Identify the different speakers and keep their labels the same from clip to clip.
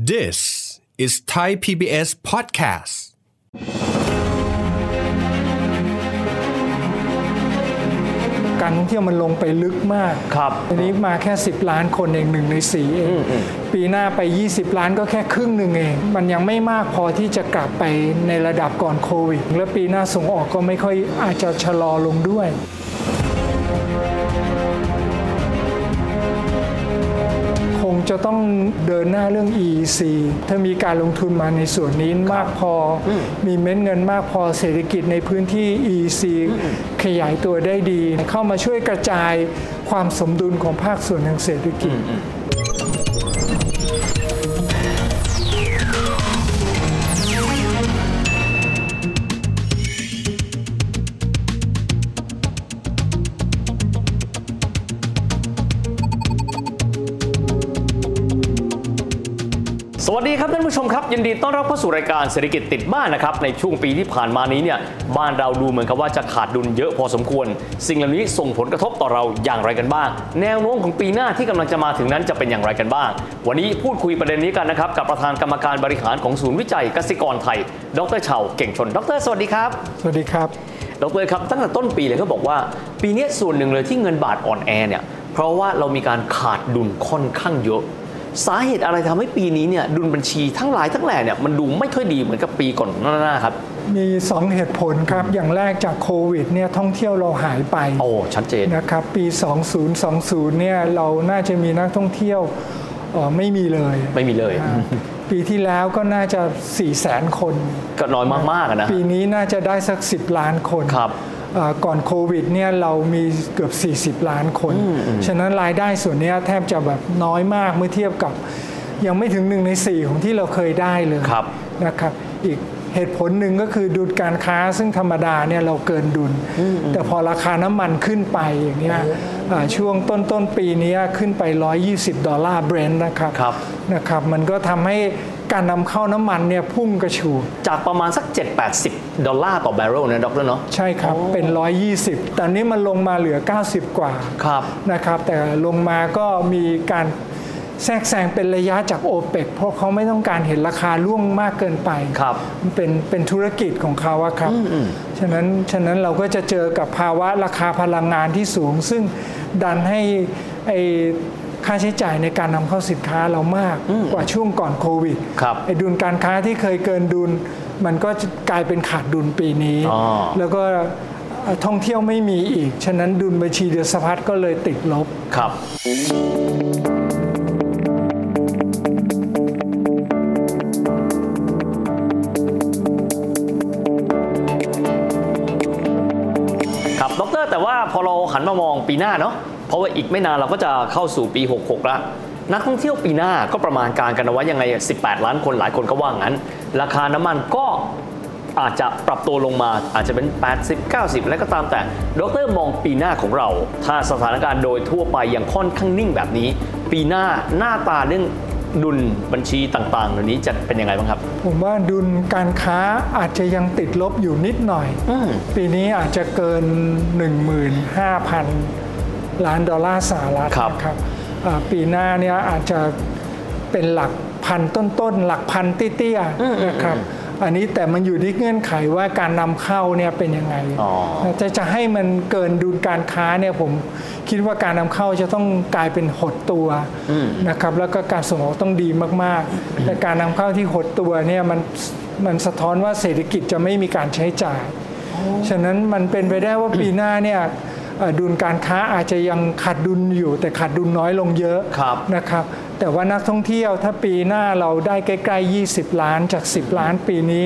Speaker 1: This is Thai PBS podcast.
Speaker 2: การท่องเที่ยวมันลงไปลึกมาก
Speaker 3: ครับ
Speaker 2: ทีนี้มาแค่ 10 ล้านคนเองหนึ่งในสีเอง ปีหน้าไป 20 ล้านก็แค่ครึ่งหนึ่งเอง มันยังไม่มากพอที่จะกลับไปในระดับก่อนโควิด และปีหน้าส่งออกก็ไม่ค่อยอาจจะชะลอลงด้วย คงจะต้องเดินหน้าเรื่อง EEC ถ้ามีการลงทุนมาในส่วนนี้มากพอ มีเม็ดเงินมากพอเศรษฐกิจในพื้นที่ EEC ขยายตัวได้ดี เข้ามาช่วยกระจายความสมดุลของภาคส่วนทางเศรษฐกิจ
Speaker 3: สวัสดีครับท่านผู้ชมครับ ยินดีต้อนรับเข้าสู่รายการเศรษฐกิจติดบ้านนะครับในช่วงปีที่ผ่านมานี้เนี่ยบ้านเราดูเหมือนกับว่าจะขาดดุลเยอะพอสมควร สิ่งเหล่านี้ส่งผลกระทบต่อเราอย่างไรกันบ้าง แนวโน้มของปีหน้าที่กำลังจะมาถึงนั้นจะเป็นอย่างไรกันบ้าง วันนี้พูดคุยประเด็นนี้กันนะครับกับประธานกรรมการบริหารของศูนย์วิจัยกสิกรไทย ดรเฉาเก่งชน ดร สวัสดีครับ
Speaker 2: สวัสดีครับ
Speaker 3: ดรครับตั้งแต่ต้นปีเลยเขาบอกว่า ปีนี้ส่วนหนึ่งเลยที่เงินบาทอ่อนแอเนี่ยเพราะว่าเรามีการขาดดุลค่อนข้างเยอะ สาเหตุอะไรทำให้ปีนี้เนี่ยดุลบัญชีทั้งหลายทั้งแหล่เนี่ยมันดูไม่ค่อยดีเหมือนกับปีก่อนหน้าๆครับ
Speaker 2: มี 2 เหตุผลครับ อย่างแรกจากโควิดเนี่ยท่องเที่ยวเราหายไป
Speaker 3: โอ้ชัดเจน
Speaker 2: นะครับปี 2020 เนี่ยเราน่าจะมีนักท่องเที่ยวเอ่อไม่มีเลย
Speaker 3: ไม่มีเลย
Speaker 2: อ่าปีที่แล้วก็น่าจะ 4 0 0 0 0 0 คน
Speaker 3: ก็น้อยมากๆอะนะ
Speaker 2: ปีนี้น่าจะได้สัก 10 ล้านคน
Speaker 3: ครับ
Speaker 2: เอ่อก่อนโควิดเนี่ยเรามีเกือบ 40 ล้านคน ฉะนั้นรายได้ส่วนเนี้ยแทบจะแบบน้อยมากเมื่อเทียบกับ ยังไม่ถึงหนึ่งใน 4 ของที่เราเคยได้เลย
Speaker 3: ครับ
Speaker 2: นะครับ อีกเหตุผลหนึ่งก็คือดุลการค้าซึ่งธรรมดาเนี่ยเราเกินดุล แต่พอราคาน้ำมันขึ้นไปอย่างเนี้ยอ่าช่วงต้นต้นๆปีเนี้ยขึ้นไป 120 ดอลลาร์เบรนท์นะครับ
Speaker 3: ครับ
Speaker 2: นะครับ มันก็ทำให้การนำเข้าน้ำมันเนี่ยพุ่งกระฉูด
Speaker 3: จากประมาณสัก 7-80 ดอลลาร์ต่อแบเรลนะดรเนาะ
Speaker 2: ใช่ครับ เป็น 120 ตอนนี้มันลงมาเหลือ 90 กว่า
Speaker 3: ครับ
Speaker 2: นะครับ แต่ลงมาก็มีการแทรกแซงเป็นระยะจากโอเปกเพราะเขาไม่ต้องการเห็นราคาร่วงมากเกินไป
Speaker 3: ครับ
Speaker 2: มันเป็นเป็นธุรกิจของเขาอะครับ ฉะนั้นฉะนั้นเราก็จะเจอกับภาวะราคาพลังงานที่สูง ซึ่งดันให้ไอค่าใช้จ่ายในการนำเข้าสินค้าเรามากกว่าช่วงก่อนโควิด
Speaker 3: ครับ
Speaker 2: ไอ้ดุลการค้าที่เคยเกินดุล มันก็จะกลายเป็นขาดดุลปีนี้
Speaker 3: อ๋อ
Speaker 2: แล้วก็เอ่อท่องเที่ยวไม่มีอีก ฉะนั้นดุลบัญชีเดือนสะพัดก็เลยติดลบ
Speaker 3: ครับ ครับดรแต่ว่าพอเราหันมามองปีหน้าเนาะเพราะว่าอีกไม่นานเราก็จะเข้าสู่ปี 66 ละนักท่องเที่ยวปีหน้าก็ประมาณการกันเอาไว้ยังไง 18 ล้านคนหลายคนก็ว่างั้น ราคาน้ำมันก็อาจจะปรับตัวลงมาอาจจะเป็น 80 90 แล้วก็ตามแต่ดรมองปีหน้าของเรา ถ้าสถานการณ์โดยทั่วไปยังค่อนข้างนิ่งแบบนี้ ปีหน้าหน้าตาเรื่องดุลบัญชีต่างๆเหล่านี้จะเป็นยังไงบ้างครับ
Speaker 2: ผมว่าดุลการค้าอาจจะยังติดลบอยู่นิดหน่อย
Speaker 3: อืม
Speaker 2: ปีนี้อาจจะเกิน 15,000 ล้านดอลลาร์สหรัฐ
Speaker 3: ครับ
Speaker 2: นะครับอ่าปีหน้าเนี่ยอาจจะเป็นหลักพันต้นๆ หลักพันเตี้ยๆนะครับ อันนี้แต่มันอยู่ที่เงื่อนไขว่าการนำเข้าเนี่ยเป็นยังไง
Speaker 3: อ๋อ
Speaker 2: จะจะให้มันเกินดุลการค้าเนี่ยผมคิดว่าการนำเข้าจะต้องกลายเป็นหดตัวนะครับแล้วก็การส่งออกต้องดีมากๆ แต่การนำเข้าที่หดตัวเนี่ยมันมันสะท้อนว่าเศรษฐกิจจะไม่มีการใช้จ่าย ฉะนั้นมันเป็นไปได้ว่าปีหน้าเนี่ยเอ่อดุลการค้าอาจจะยังขาดดุลอยู่ แต่ขาดดุลน้อยลงเยอะ
Speaker 3: ครับ
Speaker 2: นะครับ แต่ว่านักท่องเที่ยวถ้าปีหน้าเราได้ใกล้ๆ 20 ล้านจาก 10 ล้านปีนี้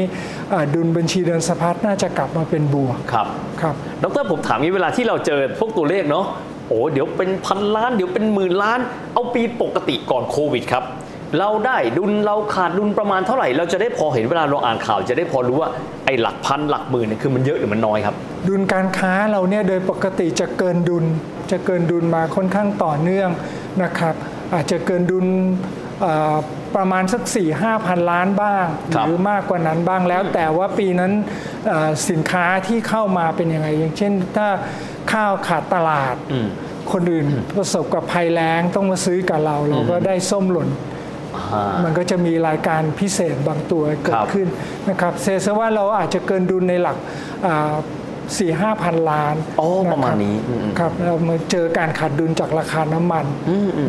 Speaker 2: เอ่อดุลบัญชีเดินสะพัดน่าจะกลับมาเป็นบวก
Speaker 3: ครับ
Speaker 2: ครับ
Speaker 3: ดรผมถามนี้เวลาที่เราเจอพวกตัวเลขเนาะโอ้เดี๋ยวเป็นพันล้านเดี๋ยวเป็นหมื่นล้าน เอาปีปกติก่อนโควิดครับ เราได้ดุลเราขาดดุลประมาณเท่าไหร่ เราจะได้พอเห็นเวลาเราอ่านข่าว จะได้พอรู้ว่าไอ้หลักพันหลักหมื่นเนี่ยคือมันเยอะหรือมันน้อยครับ
Speaker 2: ดุลการค้าเราเนี่ยโดยปกติจะเกินดุล จะเกินดุลมาค่อนข้างต่อเนื่องนะครับ อาจจะเกินดุลเอ่อประมาณสัก 4 5พันล้านบ้าง
Speaker 3: ค
Speaker 2: ห
Speaker 3: รับ
Speaker 2: รือมากกว่านั้นบ้างแล้ว แต่ว่าปีนั้นเอ่อสินค้าที่เข้ามาเป็นยังไง อย่างเช่นถ้าข้าวขาดตลาด
Speaker 3: อืม
Speaker 2: คนอื่นประสบกับภัยแล้งต้องมาซื้อกับเรา เราก็ได้ส้มหล่น
Speaker 3: อ่า
Speaker 2: มันก็จะมีรายการพิเศษบางตัวเกิ
Speaker 3: ครั
Speaker 2: ด
Speaker 3: บ
Speaker 2: ขึ้นนะครับเซซะว่าเราอาจจะเกินดุลในหลักสี่ห้าพันล้าน
Speaker 3: อ๋อประมาณนี้อืม
Speaker 2: ครับเรามาเจอการขาดดุลจากราคาน้ำมัน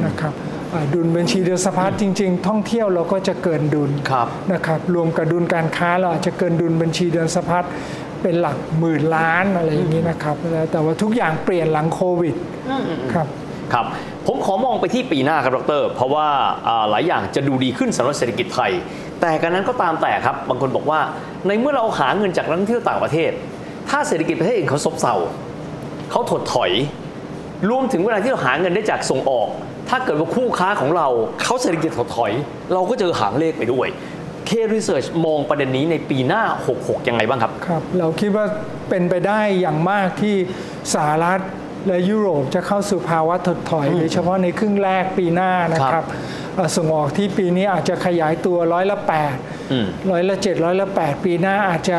Speaker 2: นะครับอ่าดุลบัญชีเดือนสะพัดจริง ๆ ท่องเที่ยวเราก็จะเกินดุล
Speaker 3: ครับ
Speaker 2: นะครับรวมกับดุลการค้าเราอาจจะเกินดุลบัญชีเดือนสะพัดเป็นหลักหมื่นล้านอะไรอย่างนี้นะครับแล้วแต่ว่าทุกอย่างเปลี่ยนหลังโควิดครับ
Speaker 3: ครับ ผมขอมองไปที่ปีหน้าครับดร เพราะว่าอ่าหลายอย่างจะดูดีขึ้นสำหรับเศรษฐกิจไทย แต่การนั้นก็ตามแต่ครับ บางคนบอกว่า ในเมื่อเราหาเงินจากนักท่องเที่ยวต่างประเทศ ถ้าเศรษฐกิจประเทศอื่นเขาซบเซาเขาถดถอย รวมถึงเวลาที่เราหาเงินได้จากส่งออก ถ้าเกิดว่าคู่ค้าของเราเขาเศรษฐกิจถดถอย เราก็เจอหางเลขไปด้วย K Research มองประเด็นนี้ในปีหน้า 66 ยังไงบ้างครับ
Speaker 2: ครับเราคิดว่าเป็นไปได้อย่างมากที่สหรัฐและยุโรปจะเข้าสู่ภาวะถดถอยโดยเฉพาะในครึ่งแรกปีหน้านะค
Speaker 3: ครั
Speaker 2: รั
Speaker 3: บบ
Speaker 2: เอ่อส่งออกที่ปีนี้อาจจะขยายตัวร้อยละแปด
Speaker 3: อืม
Speaker 2: ร้อยละเจ็ดร้อยละแปดปีหน้าอาจจะ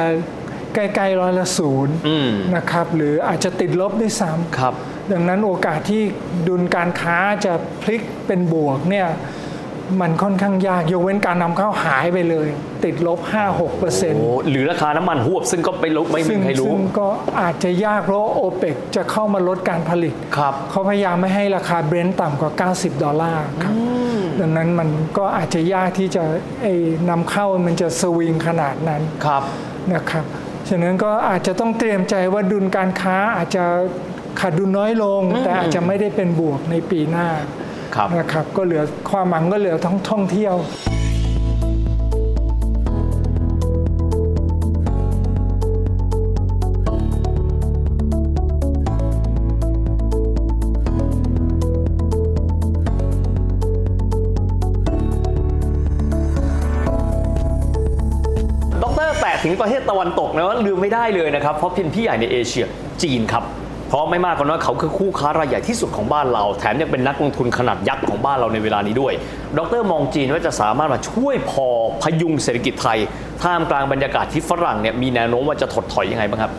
Speaker 2: ใกล้ๆร้อยละศูนย์
Speaker 3: อืม
Speaker 2: นะครับหรืออาจจะติดลบด้วยซ้ำ
Speaker 3: ครับ
Speaker 2: ดังนั้นโอกาสที่ดุลการค้าจะพลิกเป็นบวกเนี่ยมันค่อนข้างยากยกเว้นการนำเข้าหายไปเลย ติดลบ 5-6เปอร์เซ็น
Speaker 3: โอ้
Speaker 2: ต์
Speaker 3: หรือราคาน้ำมันหวบซึ่งก็ไปลุกไม่มี
Speaker 2: ซึ่ง
Speaker 3: ใครรู้
Speaker 2: ซึ่งก็อาจจะยากเพราะโอเปกจะเข้ามาลดการผลิต
Speaker 3: ครับ
Speaker 2: เขาพยายามไม่ให้ราคาเบรนท์ต่ำกว่า 90 ดอลลาร์ครับดังนั้นมันก็อาจจะยากที่จะไอ้นำเข้ามันจะสวิงขนาดนั้น
Speaker 3: ครับ
Speaker 2: นะครับ ฉะนั้นก็อาจจะต้องเตรียมใจว่าดุลการค้าอาจจะขาดดุลน้อยลง แต่อาจจะไม่ได้เป็นบวกในปีหน้า
Speaker 3: ครับ
Speaker 2: นะครับ ก็เหลือความหวังก็เหลือท่องท่องเที่ยว
Speaker 3: ดรแตะถึงประเทศตะวันตกนะว่าลืมไม่ได้เลยนะครับ เพราะเพียงพี่ใหญ่ในเอเชียจีนครับ เพราะไม่มากก็น้อยเขาคือคู่ค้ารายใหญ่ที่สุดของบ้านเรา แถมยังเป็นนักลงทุนขนาดยักษ์ของบ้านเราในเวลานี้ด้วย ดรมองจีนว่าจะสามารถมาช่วยพอพยุงเศรษฐกิจไทย ท่ามกลางบรรยากาศที่ฝรั่งเนี่ยมีแนวโน้มว่าจะถดถอยยังไงบ้างครับ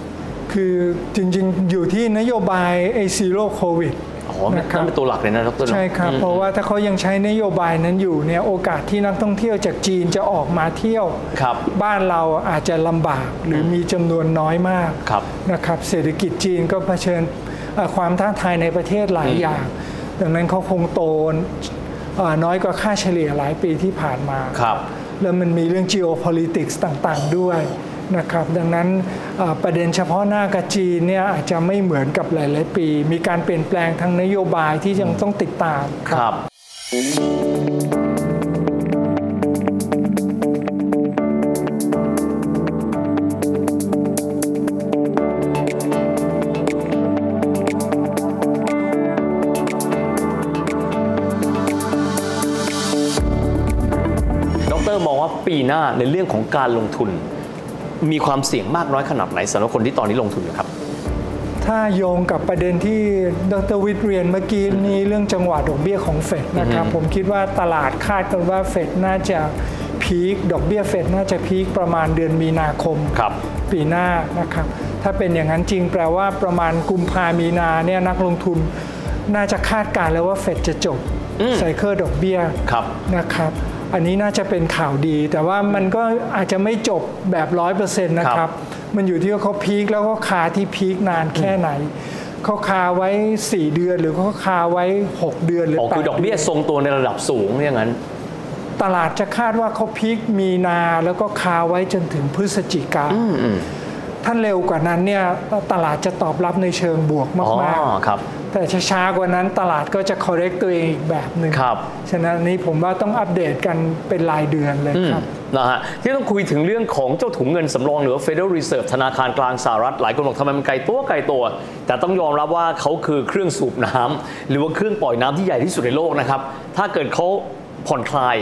Speaker 2: คือจริงๆ อยู่ที่นโยบายไอซีโร่โควิด
Speaker 3: อ๋อนั่นเป็นตัวหลักเลยนะดรเนอะ
Speaker 2: ใช่ครับ
Speaker 3: อืม
Speaker 2: เพราะว่าถ้าเขายังใช้นโยบายนั้นอยู่เนี่ยโอกาสที่นักท่องเที่ยวจากจีนจะออกมาเที่ยว
Speaker 3: ครับ
Speaker 2: นเราอาจจะลำบากหรือมีจำนวนน้อยมาก
Speaker 3: ครับ
Speaker 2: นะครับเศรษฐกิจจีนก็เผชิญเอ่อความท้าทายในประเทศหลายอย่าง ดังนั้นเขาคงโตนเอ่อน้อยกว่าค่าเฉลี่ยหลายปีที่ผ่านมา
Speaker 3: ครับ
Speaker 2: แล้วมันมีเรื่อง geopolitics ต่างๆด้วยนะครับ ดังนั้นเอ่อประเด็นเฉพาะหน้ากับจีนเนี่ยอาจจะไม่เหมือนกับหลาย ๆ ปี มีการเปลี่ยนแปลงทางนโยบายที่ยังต้องติดตาม
Speaker 3: ครับ ดรมองว่าปีหน้าในเรื่องของการลงทุน มีความเสี่ยงมากน้อยขนาดไหนสำหรับคนที่ตอนนี้ลงทุนอยู่ครับ
Speaker 2: ถ้าโยงกับประเด็นที่ดรวิทย์เรียนเมื่อกี้นี้เรื่องจังหวะดอกเบี้ยของเฟดนะครับผมคิดว่าตลาดคาดกันว่าเฟดน่าจะพีคดอกเบี้ยเฟดน่าจะพีคประมาณเดือนมีนาคม
Speaker 3: ครับ
Speaker 2: ปีหน้านะครับถ้าเป็นอย่างนั้นจริงแปลว่าประมาณกุมภามีนาเนี่ยนักลงทุนน่าจะคาดการณ์แล้วว่าเฟดจะจบไซเคิลดอกเบี้ย
Speaker 3: ครับ
Speaker 2: นะครับ อันนี้น่าจะเป็นข่าวดี แต่ว่ามันก็อาจจะไม่จบแบบร้อยเปอร์เซ็นต์นะค
Speaker 3: ครั
Speaker 2: รับ บ มันอยู่ที่ว่าเขาพีคแล้วก็คาที่พีคนานแค่ไหน เขาคาไว้ 4 เดือนหรือเขาคาไว้ 6 เดือนหรือ
Speaker 3: อ๋อ
Speaker 2: แป
Speaker 3: คือดอกเบี้ยทรงตัวในระดับสูงอย่างนั้น
Speaker 2: ตลาดจะคาดว่าเขาพีคมีนาแล้วก็คาไว้จนถึงพฤศจิกาท่านเร็วกว่านั้นเนี่ยตลาดจะตอบรับในเชิงบวก
Speaker 3: อ๋อ
Speaker 2: มากๆ
Speaker 3: ครับ
Speaker 2: แต่ช้าๆกว่านั้นตลาดก็จะ correct ตัวเองอีกแบบหนึ่ง
Speaker 3: ครับ
Speaker 2: ฉะนั้นอันนี้ผมว่าต้องอัปเดตกันเป็นรายเดือนเลยครับ
Speaker 3: นะฮะที่ต้องคุยถึงเรื่องของเจ้าถุงเงินสำรองหรือว่า Federal Reserve ธนาคารกลางสหรัฐ หลายคนบอกทำไมมันไกลตัวไกลตัว แต่ต้องยอมรับว่าเขาคือเครื่องสูบน้ำหรือว่าเครื่องปล่อยน้ำที่ใหญ่ที่สุดในโลกนะครับ ถ้าเกิดเขาผ่อนคลาย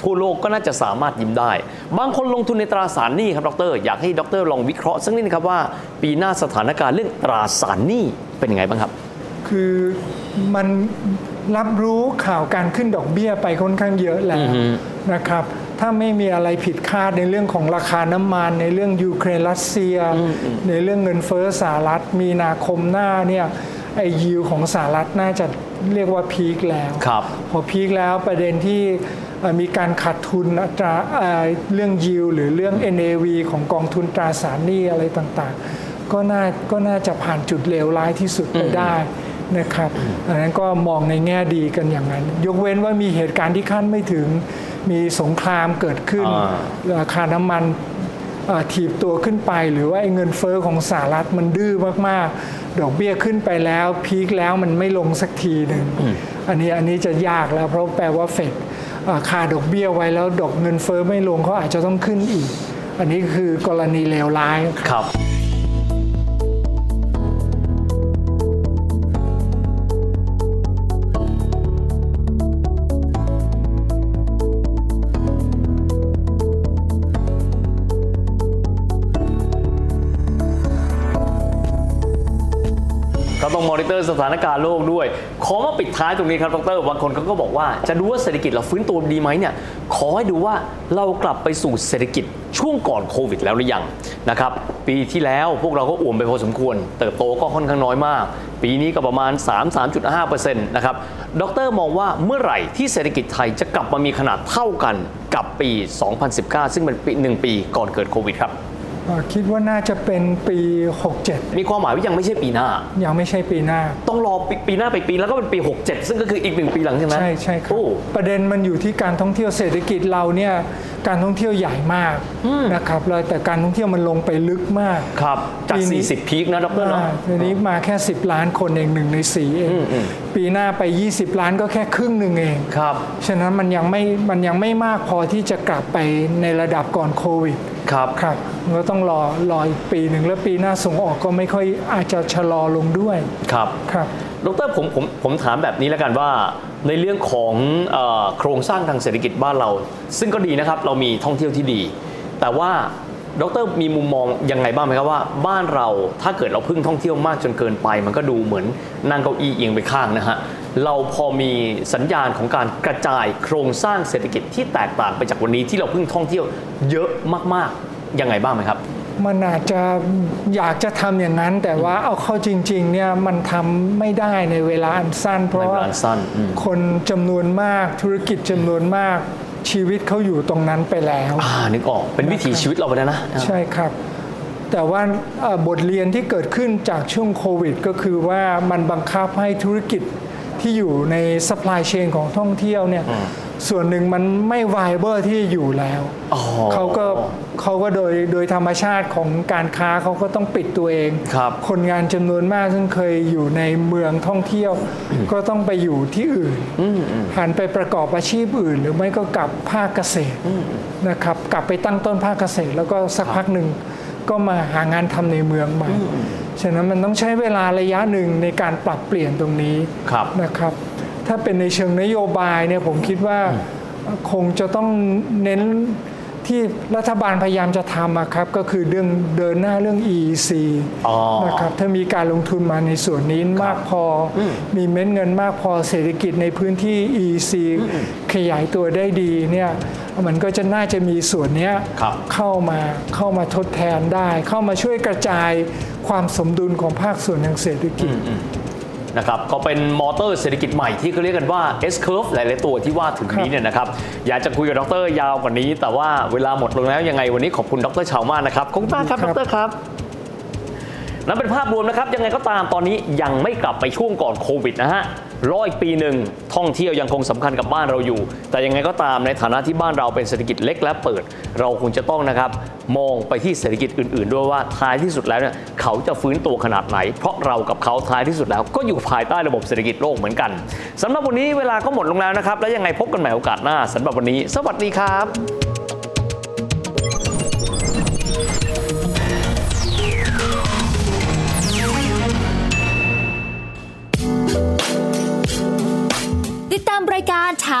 Speaker 3: ทั่วโลกก็น่าจะสามารถยิ้มได้ บางคนลงทุนในตราสารหนี้ครับดร อยากให้ดรลองวิเคราะห์สักนิดนะครับว่า ปีหน้าสถานการณ์เรื่องตราสารหนี้เป็นยังไงบ้างครับ
Speaker 2: คือมันรับรู้ข่าวการขึ้นดอกเบี้ยไปค่อนข้างเยอะแล้วนะครับ ถ้าไม่มีอะไรผิดคาดในเรื่องของราคาน้ำมัน ในเรื่องยูเครนรัสเซีย ในเรื่องเงินเฟ้อสหรัฐ มีนาคมหน้าเนี่ยไอยิวของสหรัฐน่าจะเรียกว่าพีคแล้ว
Speaker 3: ครับ
Speaker 2: พอพีคแล้วประเด็นที่ เอ่อมีการขาดทุนอัตราเอ่อเรื่องยิวหรือเรื่อง NAV ของกองทุนตราสารหนี้อะไรต่างๆ ก็น่าก็น่าจะผ่านจุดเลวร้ายที่สุดไปได้นะครับอันนั้นก็มองในแง่ดีกันอย่างนั้น ยกเว้นว่ามีเหตุการณ์ที่คาดไม่ถึงมีสงครามเกิดขึ้น
Speaker 3: อ่า
Speaker 2: ราคาน้ำมันเอ่อถีบตัวขึ้นไป หรือว่าไอ้เงินเฟอ้อของสหรัฐมันดื้อมาก ๆ ดอกเบี้ยขึ้นไปแล้ว พีคแล้วมันไม่ลงสักทีหนึ่งอันนี้อันนี้จะยากแล้วเพราะแปลว่าเฟดเอ่อคาดอกเบี้ยไว้แล้วดอกเงินเฟอ้อไม่ลงเขาอาจจะต้องขึ้นอีก อันนี้คือกรณีเลวร้าย
Speaker 3: ครับ ก็ต้องมอนิเตอร์สถานการณ์โลกด้วย ขอมาปิดท้ายตรงนี้ครับดรบางคนเขาก็บอกว่า จะดูว่าเศรษฐกิจเราฟื้นตัวดีไหมเนี่ย ขอให้ดูว่าเรากลับไปสู่เศรษฐกิจช่วงก่อนโควิดแล้วหรือยังนะครับ ปีที่แล้วพวกเราก็อ่วมไปพอสมควร เติบโตก็ค่อนข้างน้อยมาก ปีนี้ก็ประมาณ 3 3.5%นะครับ ดรมองว่าเมื่อไหร่ที่เศรษฐกิจไทยจะกลับมามีขนาดเท่ากันกับปี 2019 ซึ่งเป็นปีหนึ่งปีก่อนเกิดโควิดครับ
Speaker 2: เอ่อคิดว่าน่าจะเป็นปี
Speaker 3: มีความหมายว่ายังไม่ใช่ปีหน้า
Speaker 2: 67 ยังไม่ใช่ปีหน้า
Speaker 3: ต้องรอปีปีหน้าไปอีกปีแล้วก็เป็นปี 67 ซึ่งก็คืออีกหนึ่งปีหลังใช่ไหม
Speaker 2: ใช่ใช่ครับ
Speaker 3: โอ้
Speaker 2: ประเด็นมันอยู่ที่การท่องเที่ยวเศรษฐกิจเราเนี่ยการท่องเที่ยวใหญ่มากนะครับแล้วแต่การท่องเที่ยวมันลงไปลึกมาก
Speaker 3: ครับ จาก
Speaker 2: ปีนี้
Speaker 3: 40 พีคนะดรเนาะ
Speaker 2: อ่าทีนี้มาแค่ 10 ล้านคนเองหนึ่งในสีเอง
Speaker 3: อืมอืม
Speaker 2: ปีหน้าไป 20 ล้านก็แค่ครึ่งหนึ่งเอง
Speaker 3: ครับ
Speaker 2: ฉะนั้นมันยังไม่มันยังไม่มากพอที่จะกลับไปในระดับก่อนโควิด
Speaker 3: ครับ
Speaker 2: ครับก็ต้องรอรออีกปีหนึ่งแล้วปีหน้าส่งออกก็ไม่ค่อยอาจจะชะลอลงด้วย
Speaker 3: ครับ
Speaker 2: ครับ
Speaker 3: ดรผมผมผมถามแบบนี้แล้วกันว่า ในเรื่องของเออโครงสร้างทางเศรษฐกิจบ้านเรา ซึ่งก็ดีนะครับ เรามีท่องเที่ยวที่ดี แต่ว่าดรมีมุมมองยังไงบ้างไหมครับว่า บ้านเราถ้าเกิดเราพึ่งท่องเที่ยวมากจนเกินไป มันก็ดูเหมือนนั่งเก้าอี้เอียงไปข้างนะฮะเราพอมีสัญญาณของการกระจายโครงสร้างเศรษฐกิจที่แตกต่างไปจากวันนี้ที่เราพึ่งท่องเที่ยวเยอะมากๆยังไงบ้างไหมครับ
Speaker 2: มันอาจจะอยากจะทำอย่างนั้น แต่ว่าเอาเข้าจริงๆเนี่ยมันทำไม่ได้ในเวลาอันสั้น เพราะ
Speaker 3: ในเว
Speaker 2: ว่า
Speaker 3: ลาอันสั้นอืม
Speaker 2: คนจำนวนมากธุรกิจจำนวนมากชีวิตเขาอยู่ตรงนั้นไปแล้ว
Speaker 3: อ่านึกออกเป็นวิถีชีวิตเราไปแล้วนะ
Speaker 2: ใช่ครับ แต่ว่าเอ่อบทเรียนที่เกิดขึ้นจากช่วงโควิด ก็คือว่ามันบังคับให้ธุรกิจที่อยู่ใน supply chain ของท่องเที่ยวเนี่ยส่วนหนึ่งมันไม่ viable ที่จะอยู่แล้ว
Speaker 3: อ๋อ
Speaker 2: เขาก็เขาก็โดยโดยธรรมชาติของการค้าเขาก็ต้องปิดตัวเอง
Speaker 3: ครับ
Speaker 2: นงานจำนวนมากซึ่งเคยอยู่ในเมืองท่องเที่ยว ก็ต้องไปอยู่ที่อื่นหันไปประกอบอาชีพอื่น หรือไม่ก็กลับภาคเกษตรนะครับ กลับไปตั้งต้นภาคเกษตร แล้วก็สักพักหนึ่งก็มาหางานทำในเมืองใหม่ฉะนั้นมันต้องใช้เวลาระยะหนึ่งในการปรับเปลี่ยนตรงนี้
Speaker 3: ครับ
Speaker 2: นะครับถ้าเป็นในเชิงนโยบายเนี่ยผมคิดว่าคงจะต้องเน้นที่รัฐบาลพยายามจะทำอะครับก็คือเรื่องเดินหน้าเรื่อง EEC
Speaker 3: อ๋อ
Speaker 2: นะครับถ้ามีการลงทุนมาในส่วนนี้มากพอ มีเม็ดเงินมากพอเศรษฐกิจในพื้นที่ EEC ขยายตัวได้ดีเนี่ยมันก็จะน่าจะมีส่วนเนี้ย
Speaker 3: ครับ
Speaker 2: เข้ามาเข้ามาทดแทนได้ เข้ามาช่วยกระจายความสมดุลของภาคส่วนทางเศรษฐกิจ
Speaker 3: นะครับก็เป็นมอเตอร์เศรษฐกิจใหม่ที่เขาเรียกกันว่า S curve หลาย ๆ ตัวที่ว่าถึงนี้เนี่ยนะครับ อยากจะคุยกับดรยาวกว่านี้ แต่ว่าเวลาหมดลงแล้วยังไงวันนี้ขอบคุณดรชาวมากนะครับขอบคุณมากครับ
Speaker 2: ค
Speaker 3: ด
Speaker 2: รับ
Speaker 3: รครับ นั่นเป็นภาพรวมนะครับ ยังไงก็ตามตอนนี้ยังไม่กลับไปช่วงก่อนโควิดนะฮะรออีกปีหนึ่งท่องเที่ยวยังคงสำคัญกับบ้านเราอยู่ แต่ยังไงก็ตามในฐานะที่บ้านเราเป็นเศรษฐกิจเล็กและเปิด เราคงจะต้องนะครับมองไปที่เศรษฐกิจอื่น ๆ ด้วยว่าท้ายที่สุดแล้วเนี่ยเขาจะฟื้นตัวขนาดไหน เพราะเรากับเขาท้ายที่สุดแล้ว ก็อยู่ภายใต้ระบบเศรษฐกิจโลกเหมือนกันสำหรับวันนี้เวลาก็หมดลงแล้วนะครับ แล้วยังไงพบกันใหม่โอกาสหน้าสำหรับวันนี้ สวัสดีครับ
Speaker 4: ติดตามรายการทา